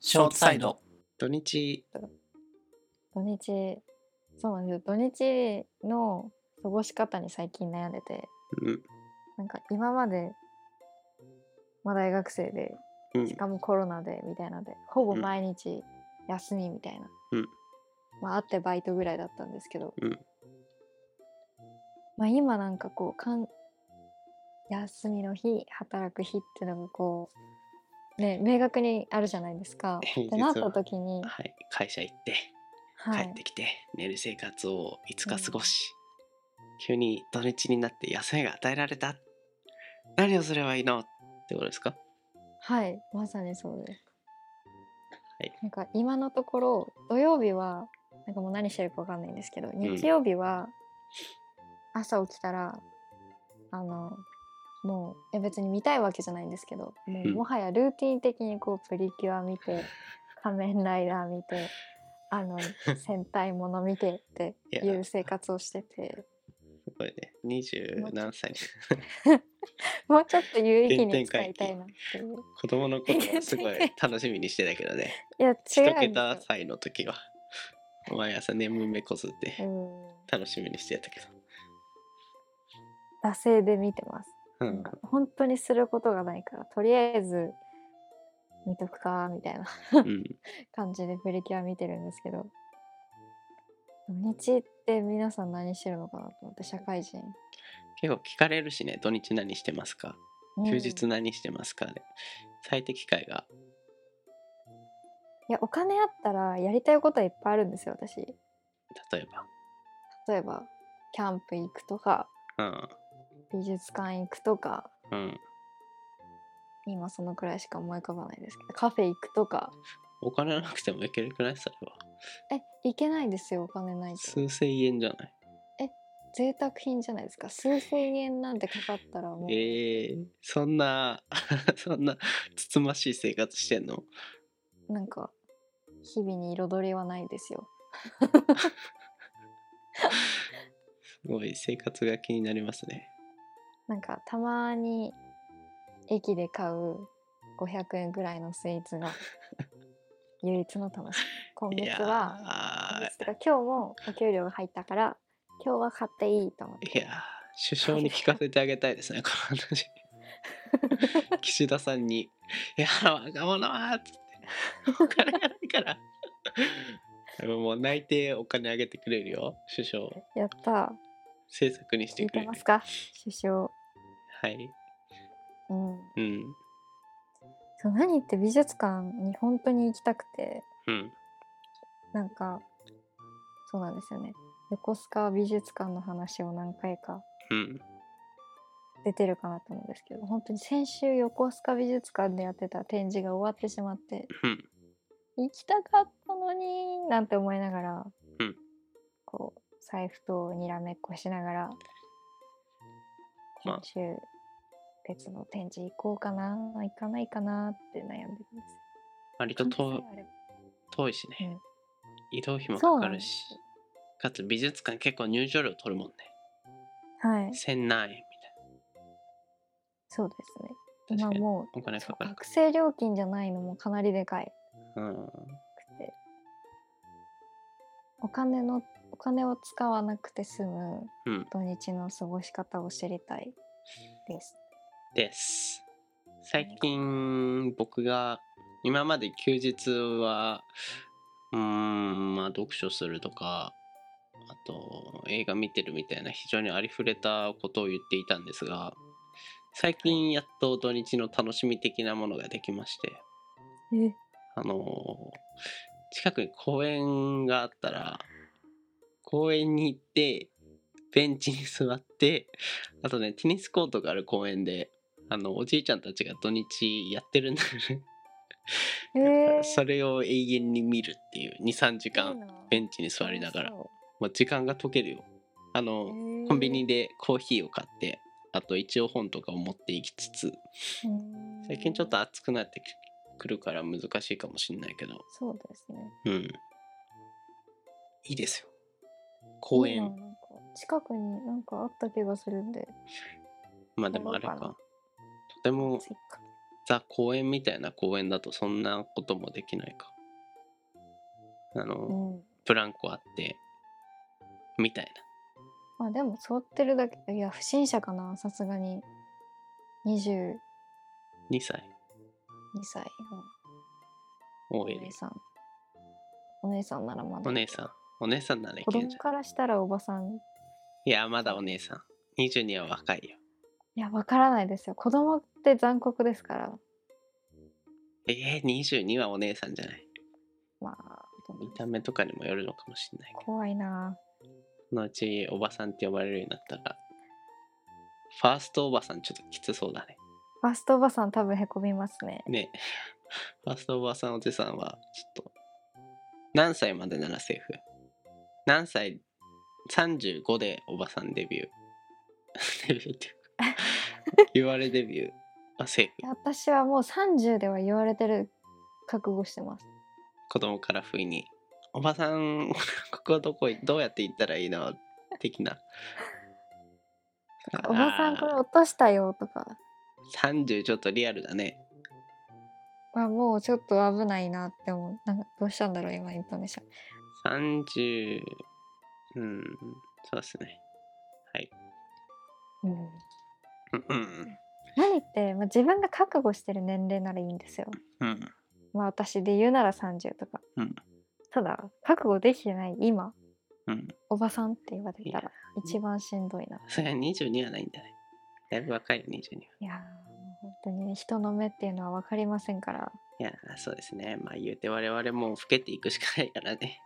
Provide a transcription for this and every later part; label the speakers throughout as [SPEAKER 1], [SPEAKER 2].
[SPEAKER 1] ショートサイド。
[SPEAKER 2] 土日
[SPEAKER 3] 土日そうなんですよ土日の過ごし方に最近悩んでて
[SPEAKER 2] うん
[SPEAKER 3] なんか今まで、まあ、大学生で
[SPEAKER 2] うん
[SPEAKER 3] しかもコロナでみたいなのでほぼ
[SPEAKER 2] うん
[SPEAKER 3] 毎日休みみたいな、
[SPEAKER 2] うん
[SPEAKER 3] まああってバイトぐらいだったんですけど、
[SPEAKER 2] うん
[SPEAKER 3] まあ今なんかこうかん休みの日働く日ってのがこうね明確にあるじゃないで すか。
[SPEAKER 2] 平
[SPEAKER 3] っ
[SPEAKER 2] 日
[SPEAKER 3] て
[SPEAKER 2] は
[SPEAKER 3] なった時に、
[SPEAKER 2] はい会社行って
[SPEAKER 3] は
[SPEAKER 2] 帰
[SPEAKER 3] い
[SPEAKER 2] っ、てきて、寝る生活をいつ
[SPEAKER 3] う
[SPEAKER 2] か
[SPEAKER 3] ん
[SPEAKER 2] 過ごし、急に土日になって休みが与えられた何をすればいいのってことですか
[SPEAKER 3] はい、まさにそうです。
[SPEAKER 2] はい
[SPEAKER 3] なんか今のところ土曜日はなんかもう何してるかわかんないんですけど、日曜日は朝起きたら、あのもうえ別に見たいわけじゃないんですけど、もう
[SPEAKER 2] うん
[SPEAKER 3] もはやルーティン的にこうプリキュア見 て、仮面ライダー見て、あの戦隊もの見てってい
[SPEAKER 2] いや
[SPEAKER 3] う生活をしてて、
[SPEAKER 2] すごいね二十何歳
[SPEAKER 3] もうちょっと有意義
[SPEAKER 2] 原
[SPEAKER 3] に
[SPEAKER 2] 点
[SPEAKER 3] 使
[SPEAKER 2] 回
[SPEAKER 3] い
[SPEAKER 2] 帰
[SPEAKER 3] たいなっていう。
[SPEAKER 2] 子供の頃はすごい楽しみにしてたけどね
[SPEAKER 3] い や違うんで
[SPEAKER 2] 一
[SPEAKER 3] すよ。
[SPEAKER 2] 桁歳の時は毎朝眠めこすって
[SPEAKER 3] うん。
[SPEAKER 2] 楽しみにしてたけど、
[SPEAKER 3] 惰性で見てます。
[SPEAKER 2] う
[SPEAKER 3] なん
[SPEAKER 2] ん
[SPEAKER 3] か、本当にすることがないからとりあえず見とくかみたいな
[SPEAKER 2] うん、
[SPEAKER 3] 感じでプリキュア見てるんですけど土日って皆さん何してるのかなと思って社会人、
[SPEAKER 2] 結構聞かれるしね土日何してますか
[SPEAKER 3] うん
[SPEAKER 2] 休日何してますかで、最適解が
[SPEAKER 3] いやお金あったらやりたいことはいっぱいあるんですよ私例
[SPEAKER 2] 例え
[SPEAKER 3] えばキャンプ行くとか
[SPEAKER 2] ば
[SPEAKER 3] 美術館行くとか
[SPEAKER 2] うんうん
[SPEAKER 3] 今そのくらいしか思い浮かばないですけどカフェ行くとか
[SPEAKER 2] お金なくてもいけるくないそれは
[SPEAKER 3] え行けないですよお金ないと
[SPEAKER 2] 数千円じゃない
[SPEAKER 3] 贅沢品じゃないですか数千円なんてかかったらもう
[SPEAKER 2] えー、そんな そんなつつましい生活してんの
[SPEAKER 3] なんか日々に彩りはないですよ。
[SPEAKER 2] すごい生活が気になりますね
[SPEAKER 3] なんかたまに駅で買う500円ぐらいのスイーツ が唯一の楽しみ。今
[SPEAKER 2] い
[SPEAKER 3] 月
[SPEAKER 2] や
[SPEAKER 3] は今
[SPEAKER 2] ー
[SPEAKER 3] 月とか今日もお給料が入ったから今日は買っていいと思って。
[SPEAKER 2] いやー首相に聞かせてあげたいですねこの 話岸田さんに「いやー若者は」っつって「お金がないから」でももう泣いてお金あげてくれるよ首相
[SPEAKER 3] やったー
[SPEAKER 2] 政策にして
[SPEAKER 3] 聞い
[SPEAKER 2] くれ
[SPEAKER 3] て
[SPEAKER 2] る
[SPEAKER 3] ますか首相。
[SPEAKER 2] はい
[SPEAKER 3] うん。
[SPEAKER 2] うん
[SPEAKER 3] そう何言って美術館に本当に行きたくて
[SPEAKER 2] うん
[SPEAKER 3] なんかそうなんですよね。横須賀美術館の話を何回か
[SPEAKER 2] うん
[SPEAKER 3] 出てるかなと思うんですけど本当に先週横須賀美術館でやってた展示が終わってしまって
[SPEAKER 2] うん
[SPEAKER 3] 行きたかったのになんて思いながら、
[SPEAKER 2] うん
[SPEAKER 3] こう財布とにらめっこしながら
[SPEAKER 2] ま
[SPEAKER 3] 今
[SPEAKER 2] あ
[SPEAKER 3] 週別の展示行こうかな行かないかなって悩んでるんです
[SPEAKER 2] 割と
[SPEAKER 3] 金
[SPEAKER 2] 遠
[SPEAKER 3] さえあれば
[SPEAKER 2] 遠いしね、
[SPEAKER 3] うん
[SPEAKER 2] 移動費も
[SPEAKER 3] そう
[SPEAKER 2] かか
[SPEAKER 3] なん
[SPEAKER 2] る
[SPEAKER 3] です
[SPEAKER 2] しかつ美術館結構入場料取るもんね
[SPEAKER 3] はい
[SPEAKER 2] 千何円み
[SPEAKER 3] そうですね
[SPEAKER 2] たいな確
[SPEAKER 3] 今
[SPEAKER 2] かに
[SPEAKER 3] も
[SPEAKER 2] お金
[SPEAKER 3] う
[SPEAKER 2] か
[SPEAKER 3] そう
[SPEAKER 2] かる
[SPEAKER 3] 学生料金じゃないのもかなりでかい
[SPEAKER 2] うん
[SPEAKER 3] くてお金のお金を使わなくて済む
[SPEAKER 2] うん
[SPEAKER 3] 土日の過ごし方を知りたいです。
[SPEAKER 2] です最近僕が今まで休日はうーんまあ読書するとかあと映画見てるみたいな非常にありふれたことを言っていたんですが最近やっと土日の楽しみ的なものができまして
[SPEAKER 3] え
[SPEAKER 2] あのー近くに公園があったら公園に行ってベンチに座ってあとねテニスコートがある公園であのおじいちゃんたちが土日やってるんだよね、
[SPEAKER 3] えー、
[SPEAKER 2] それを永遠に見るっていう23時
[SPEAKER 3] いい
[SPEAKER 2] 間
[SPEAKER 3] な
[SPEAKER 2] ベンチに座りながら
[SPEAKER 3] 楽し
[SPEAKER 2] もう時間が解けるよあの
[SPEAKER 3] そうえー
[SPEAKER 2] コンビニでコーヒーを買ってあと一応本とかを持っていきつつ
[SPEAKER 3] うん
[SPEAKER 2] 最近ちょっと暑くなってくるから難しいかもしれないけど
[SPEAKER 3] そうですね。
[SPEAKER 2] うん。いいですよ。公
[SPEAKER 3] いいな
[SPEAKER 2] 園。
[SPEAKER 3] なんか近くになんかあった気がするんで。
[SPEAKER 2] まあでもあれ
[SPEAKER 3] やろうか
[SPEAKER 2] か。とても
[SPEAKER 3] 追加
[SPEAKER 2] ザ公園みたいな公園だとそんなこともできないかあの、
[SPEAKER 3] うん。
[SPEAKER 2] ブランコあってみたい
[SPEAKER 3] まあでも、座ってるだけ、いや、不審者かな、さすがに。22
[SPEAKER 2] な2歳
[SPEAKER 3] 歳の
[SPEAKER 2] OL
[SPEAKER 3] お姉さん。お姉さんならまだ。
[SPEAKER 2] お姉さんお姉さんならい
[SPEAKER 3] 子
[SPEAKER 2] ける
[SPEAKER 3] 供
[SPEAKER 2] じゃん
[SPEAKER 3] からしたらおばさん。
[SPEAKER 2] いやまだお姉さん22は若いよ
[SPEAKER 3] いや、わからないですよ。子供って残酷ですから。
[SPEAKER 2] えー、22はお姉さんじゃない
[SPEAKER 3] まあ、どうなん
[SPEAKER 2] 見
[SPEAKER 3] です
[SPEAKER 2] た目とかにもよるのかもしれないけど
[SPEAKER 3] 怖いな
[SPEAKER 2] そのうちおばさんって呼ばれるようになったらファーストおばさんちょっときつそうだね
[SPEAKER 3] ファーストおばさん多分へこみますね。
[SPEAKER 2] ねファーストおばさんおじさんはちょっと何歳までならセーフ何歳35でおばさんデビュー デビューっていうか言われデビューはセーフ
[SPEAKER 3] いや私はもう30では言われてる覚悟してます。
[SPEAKER 2] 子供から不意に「おばさんここはどこいどうやって行ったらいいの?」的な
[SPEAKER 3] おばさんこれ落としたよとか。
[SPEAKER 2] 30ちょっとリアルだね
[SPEAKER 3] まあもうちょっと危ないなって思う。なんかどうしたんだろう今イントネーション。
[SPEAKER 2] 30うんそうですねはい
[SPEAKER 3] うん、
[SPEAKER 2] うんうん
[SPEAKER 3] 何って、まあ、自分が覚悟してる年齢ならいいんですよ。
[SPEAKER 2] うん
[SPEAKER 3] まあ私で言うなら30とか。
[SPEAKER 2] うん
[SPEAKER 3] ただ覚悟できてない今
[SPEAKER 2] うん
[SPEAKER 3] おばさんって言われ
[SPEAKER 2] い
[SPEAKER 3] た
[SPEAKER 2] や
[SPEAKER 3] ら一番しんどいな。
[SPEAKER 2] それは22はないんだねだいぶ若いよ22はい
[SPEAKER 3] やー本当に人の目っていうのは分かりませんから。
[SPEAKER 2] いやそうですねまあ言うて我々もう老けていくしかないからね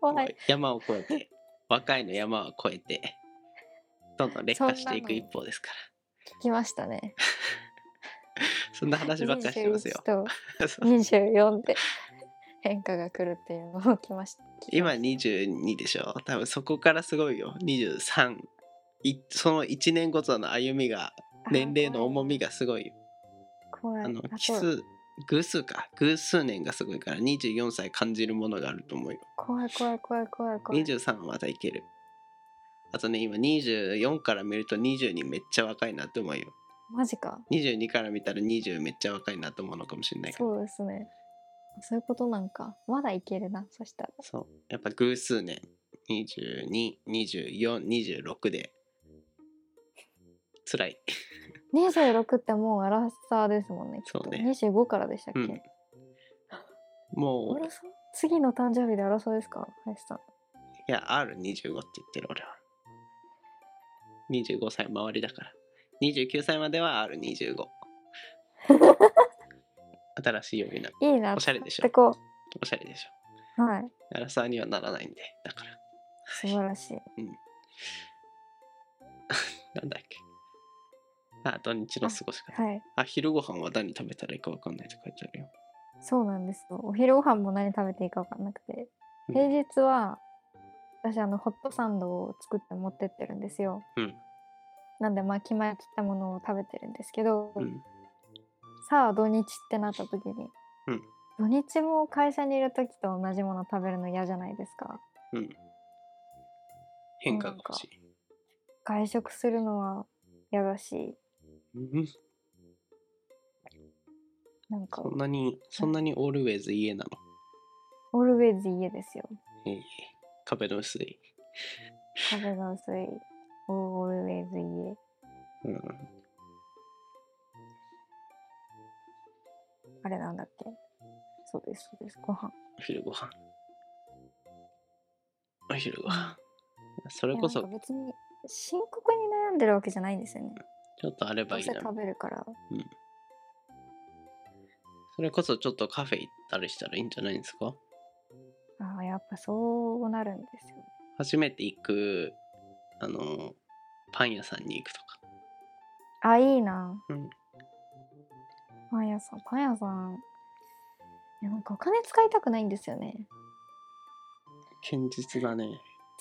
[SPEAKER 3] 怖
[SPEAKER 2] もう
[SPEAKER 3] い。
[SPEAKER 2] 山を越えて若いの山を越えてどんどん劣化してい
[SPEAKER 3] そ
[SPEAKER 2] く
[SPEAKER 3] ん
[SPEAKER 2] 一
[SPEAKER 3] なの
[SPEAKER 2] 方ですから
[SPEAKER 3] 聞きましたね。
[SPEAKER 2] そんな話ばっかりしてますよ
[SPEAKER 3] 21。と
[SPEAKER 2] そう
[SPEAKER 3] 24で変化が来るっていうのを来ました。
[SPEAKER 2] 今22でしょ多分そこからすごいよ23いその1年ごとの歩みが年齢の重みがすごいよ
[SPEAKER 3] 怖い。
[SPEAKER 2] あの
[SPEAKER 3] あ
[SPEAKER 2] 奇
[SPEAKER 3] そう
[SPEAKER 2] 数偶数か偶数年がすごいから24歳感じるものがあると思うよ
[SPEAKER 3] 怖い怖い怖い怖い怖い。
[SPEAKER 2] 23はまたいけるあとね今24から見ると22めっちゃ若いなって思うよ
[SPEAKER 3] マジか。
[SPEAKER 2] 22から見たら20めっちゃ若いなと思うのかもしれないけど
[SPEAKER 3] そうですね。そういうことなんか。まだいけるな。そしたら。
[SPEAKER 2] そうやっぱ偶数年222426で辛い
[SPEAKER 3] 26ってもうアラサーですもんね。きっ
[SPEAKER 2] そ
[SPEAKER 3] と
[SPEAKER 2] うね
[SPEAKER 3] 25からでしたっけ、
[SPEAKER 2] うんも
[SPEAKER 3] ア
[SPEAKER 2] う
[SPEAKER 3] ラサー次の誕生日でアラサーですか林さん。
[SPEAKER 2] いや R25 って言ってる俺は25歳周りだから29歳までは R25 新しい呼び名
[SPEAKER 3] いいな。
[SPEAKER 2] おしゃれでしょ
[SPEAKER 3] 使ってこ
[SPEAKER 2] おしゃれでしょ
[SPEAKER 3] う。はい。
[SPEAKER 2] アラサーにはならないんでだから
[SPEAKER 3] 素晴らしい。
[SPEAKER 2] なんだっけあ土日の過ごし方
[SPEAKER 3] はい。
[SPEAKER 2] あ昼ご飯は何食べたらいいか分かんないって書いてあるよ
[SPEAKER 3] そうなんですよ。お昼ご飯も何食べていいか分かんなくて。
[SPEAKER 2] うん
[SPEAKER 3] 平日は、私あのホットサンドを作って持ってってるんですよ。
[SPEAKER 2] うん
[SPEAKER 3] なんでまあ決まりきったものを食べてるんですけど、
[SPEAKER 2] うん
[SPEAKER 3] さあ土日ってなった時に、
[SPEAKER 2] うん
[SPEAKER 3] 土日も会社にいる時と同じもの食べるの嫌じゃないですか。
[SPEAKER 2] うん変化が欲しい
[SPEAKER 3] 外食するのは嫌だし、
[SPEAKER 2] うん
[SPEAKER 3] なんか
[SPEAKER 2] そんなにそんなにオールウェイズ家なの
[SPEAKER 3] オールウェイズ家ですよ。
[SPEAKER 2] えー壁の薄い
[SPEAKER 3] 風が薄い。オールウェイズ家。
[SPEAKER 2] うん
[SPEAKER 3] あれなんだっけそうです、そうです。ご飯。
[SPEAKER 2] お昼ご飯お昼ご飯それこ
[SPEAKER 3] いやな
[SPEAKER 2] そ
[SPEAKER 3] んか別に深刻に悩んでるわけじゃないんですよね。
[SPEAKER 2] ちょっとあれ
[SPEAKER 3] ど
[SPEAKER 2] ば
[SPEAKER 3] う
[SPEAKER 2] いい
[SPEAKER 3] せ
[SPEAKER 2] な
[SPEAKER 3] 食べるから。
[SPEAKER 2] それこそちょっとカフェ行ったりしたらいいんじゃないんですか
[SPEAKER 3] ああ、やっぱそうなるんですよ。
[SPEAKER 2] 初めて行くあのパン屋さんに行くとか
[SPEAKER 3] あ、いいな。
[SPEAKER 2] うん
[SPEAKER 3] パン屋さん、パン屋さん。いや、なんかお金使いたくないんですよね。
[SPEAKER 2] 堅実だね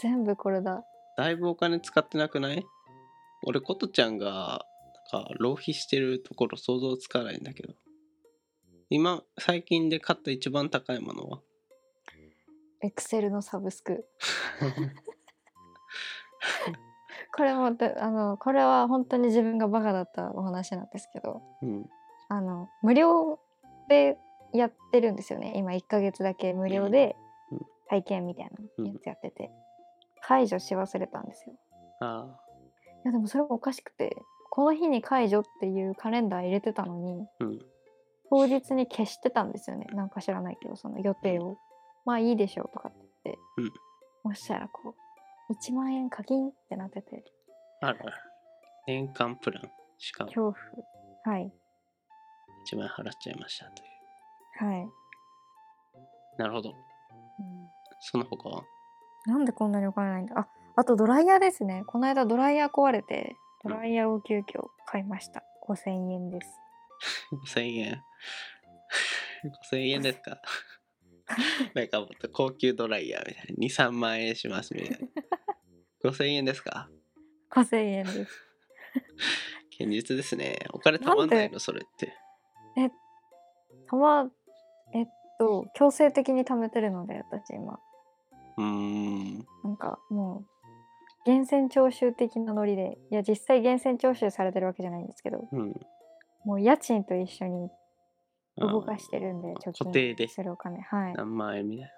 [SPEAKER 3] 全部これだ。
[SPEAKER 2] だいぶお金使ってなくない俺ことちゃんがなんか浪費してるところ想像つかないんだけど今最近で買った一番高いもの は
[SPEAKER 3] エクセルのサブスク。これもだ、あの、これは本当に自分がバカだったお話なんですけど、
[SPEAKER 2] うん
[SPEAKER 3] あの無料でやってるんですよね今1ヶ月だけ無料で
[SPEAKER 2] うんうん
[SPEAKER 3] 体験みたいなやつやってて解除し忘れたんですよ
[SPEAKER 2] あ
[SPEAKER 3] いやでもそれもおかしくてこの日に解除っていうカレンダー入れてたのに
[SPEAKER 2] ーうん
[SPEAKER 3] 当日に消してたんですよねなんか知らないけどその予定をまあいいでしょうとかって言って、
[SPEAKER 2] うん
[SPEAKER 3] そしたらこう1万円課金ってなってて
[SPEAKER 2] あら年間プランしかも
[SPEAKER 3] 恐怖はい
[SPEAKER 2] 1万円払っちゃいましたという
[SPEAKER 3] はい、
[SPEAKER 2] なるほど
[SPEAKER 3] うん
[SPEAKER 2] その他は
[SPEAKER 3] なんでこんなにお金ないんだああとドライヤーですねこの間ドライヤー壊れてドライヤーを急遽買いました5000円です
[SPEAKER 2] 5000円 5000円ですかなんかもっと高級ドライヤーみたいな23万円しますみたい な5000円ですか
[SPEAKER 3] 5000円です
[SPEAKER 2] 堅実ですねお金たまんないのそれって
[SPEAKER 3] たまえっと強制的に貯めてるので私今
[SPEAKER 2] うーん
[SPEAKER 3] なんかもう源泉徴収的なノリでいや実際源泉徴収されてるわけじゃないんですけど
[SPEAKER 2] うん
[SPEAKER 3] もう家賃と一緒に
[SPEAKER 2] あー
[SPEAKER 3] 動かしてるんで
[SPEAKER 2] ー
[SPEAKER 3] 貯
[SPEAKER 2] 固定で
[SPEAKER 3] 金するお金はいあ
[SPEAKER 2] 何万円みたい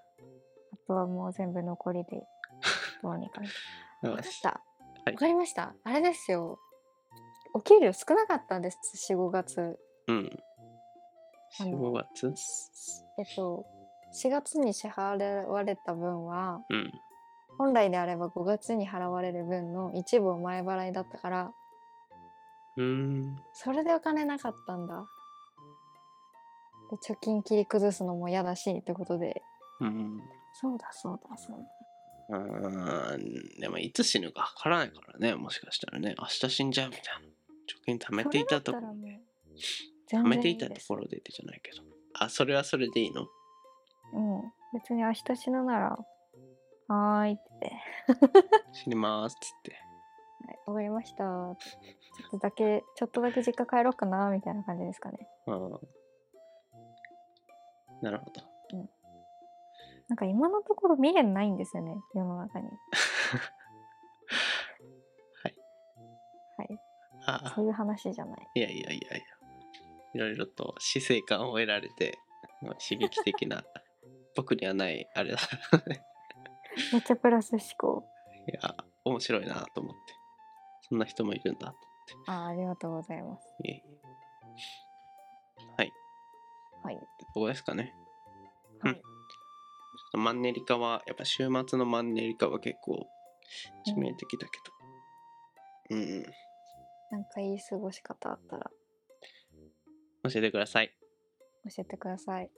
[SPEAKER 3] とはもう全部残りでどうにか
[SPEAKER 2] な
[SPEAKER 3] わかった
[SPEAKER 2] はい
[SPEAKER 3] わかりましたあれですよお給料少なかったんです45月
[SPEAKER 2] うん
[SPEAKER 3] あの
[SPEAKER 2] 4月
[SPEAKER 3] えっと4月に支払われた分は
[SPEAKER 2] うん
[SPEAKER 3] 本来であれば5月に払われる分の一部を前払いだったから
[SPEAKER 2] うーん
[SPEAKER 3] それでお金なかったんだで貯金切り崩すのも嫌だしってことで
[SPEAKER 2] うん
[SPEAKER 3] そうだそうだそうだ
[SPEAKER 2] うーんでもいつ死ぬかわからないからねもしかしたらね明日死んじゃうみたいな貯金貯めていたと
[SPEAKER 3] そ
[SPEAKER 2] こ
[SPEAKER 3] れだったらもう
[SPEAKER 2] 貯
[SPEAKER 3] 全
[SPEAKER 2] め
[SPEAKER 3] 然
[SPEAKER 2] て
[SPEAKER 3] い
[SPEAKER 2] い
[SPEAKER 3] い
[SPEAKER 2] たと
[SPEAKER 3] です
[SPEAKER 2] ころでってじゃないけどあそれはそれでいいの
[SPEAKER 3] うん別に明日死ぬならはーいって
[SPEAKER 2] 死にますっつって
[SPEAKER 3] はいわかりましたちょっとだけちょっとだけ実家帰ろうかなみたいな感じですかね
[SPEAKER 2] うんなるほど
[SPEAKER 3] なんか今のところ未練ないんですよね世の 中に
[SPEAKER 2] はい
[SPEAKER 3] はい
[SPEAKER 2] あ
[SPEAKER 3] そういう話じゃない
[SPEAKER 2] いやいやいやいやいろいろと死生観を得られてまあ刺激的な 僕にはないあれだ
[SPEAKER 3] めっちゃプラス思考
[SPEAKER 2] いや面白いなと思ってそんな人もいるんだ
[SPEAKER 3] あーありがとうございます
[SPEAKER 2] いえいえはい
[SPEAKER 3] はい
[SPEAKER 2] どこですかね
[SPEAKER 3] は
[SPEAKER 2] うん
[SPEAKER 3] い
[SPEAKER 2] ちょっとマンネリ化はやっぱ週末のマンネリ化は結構致命的だけどうん、うん、
[SPEAKER 3] なんかいい過ごし方あったら
[SPEAKER 2] 教えてください
[SPEAKER 3] 教えてください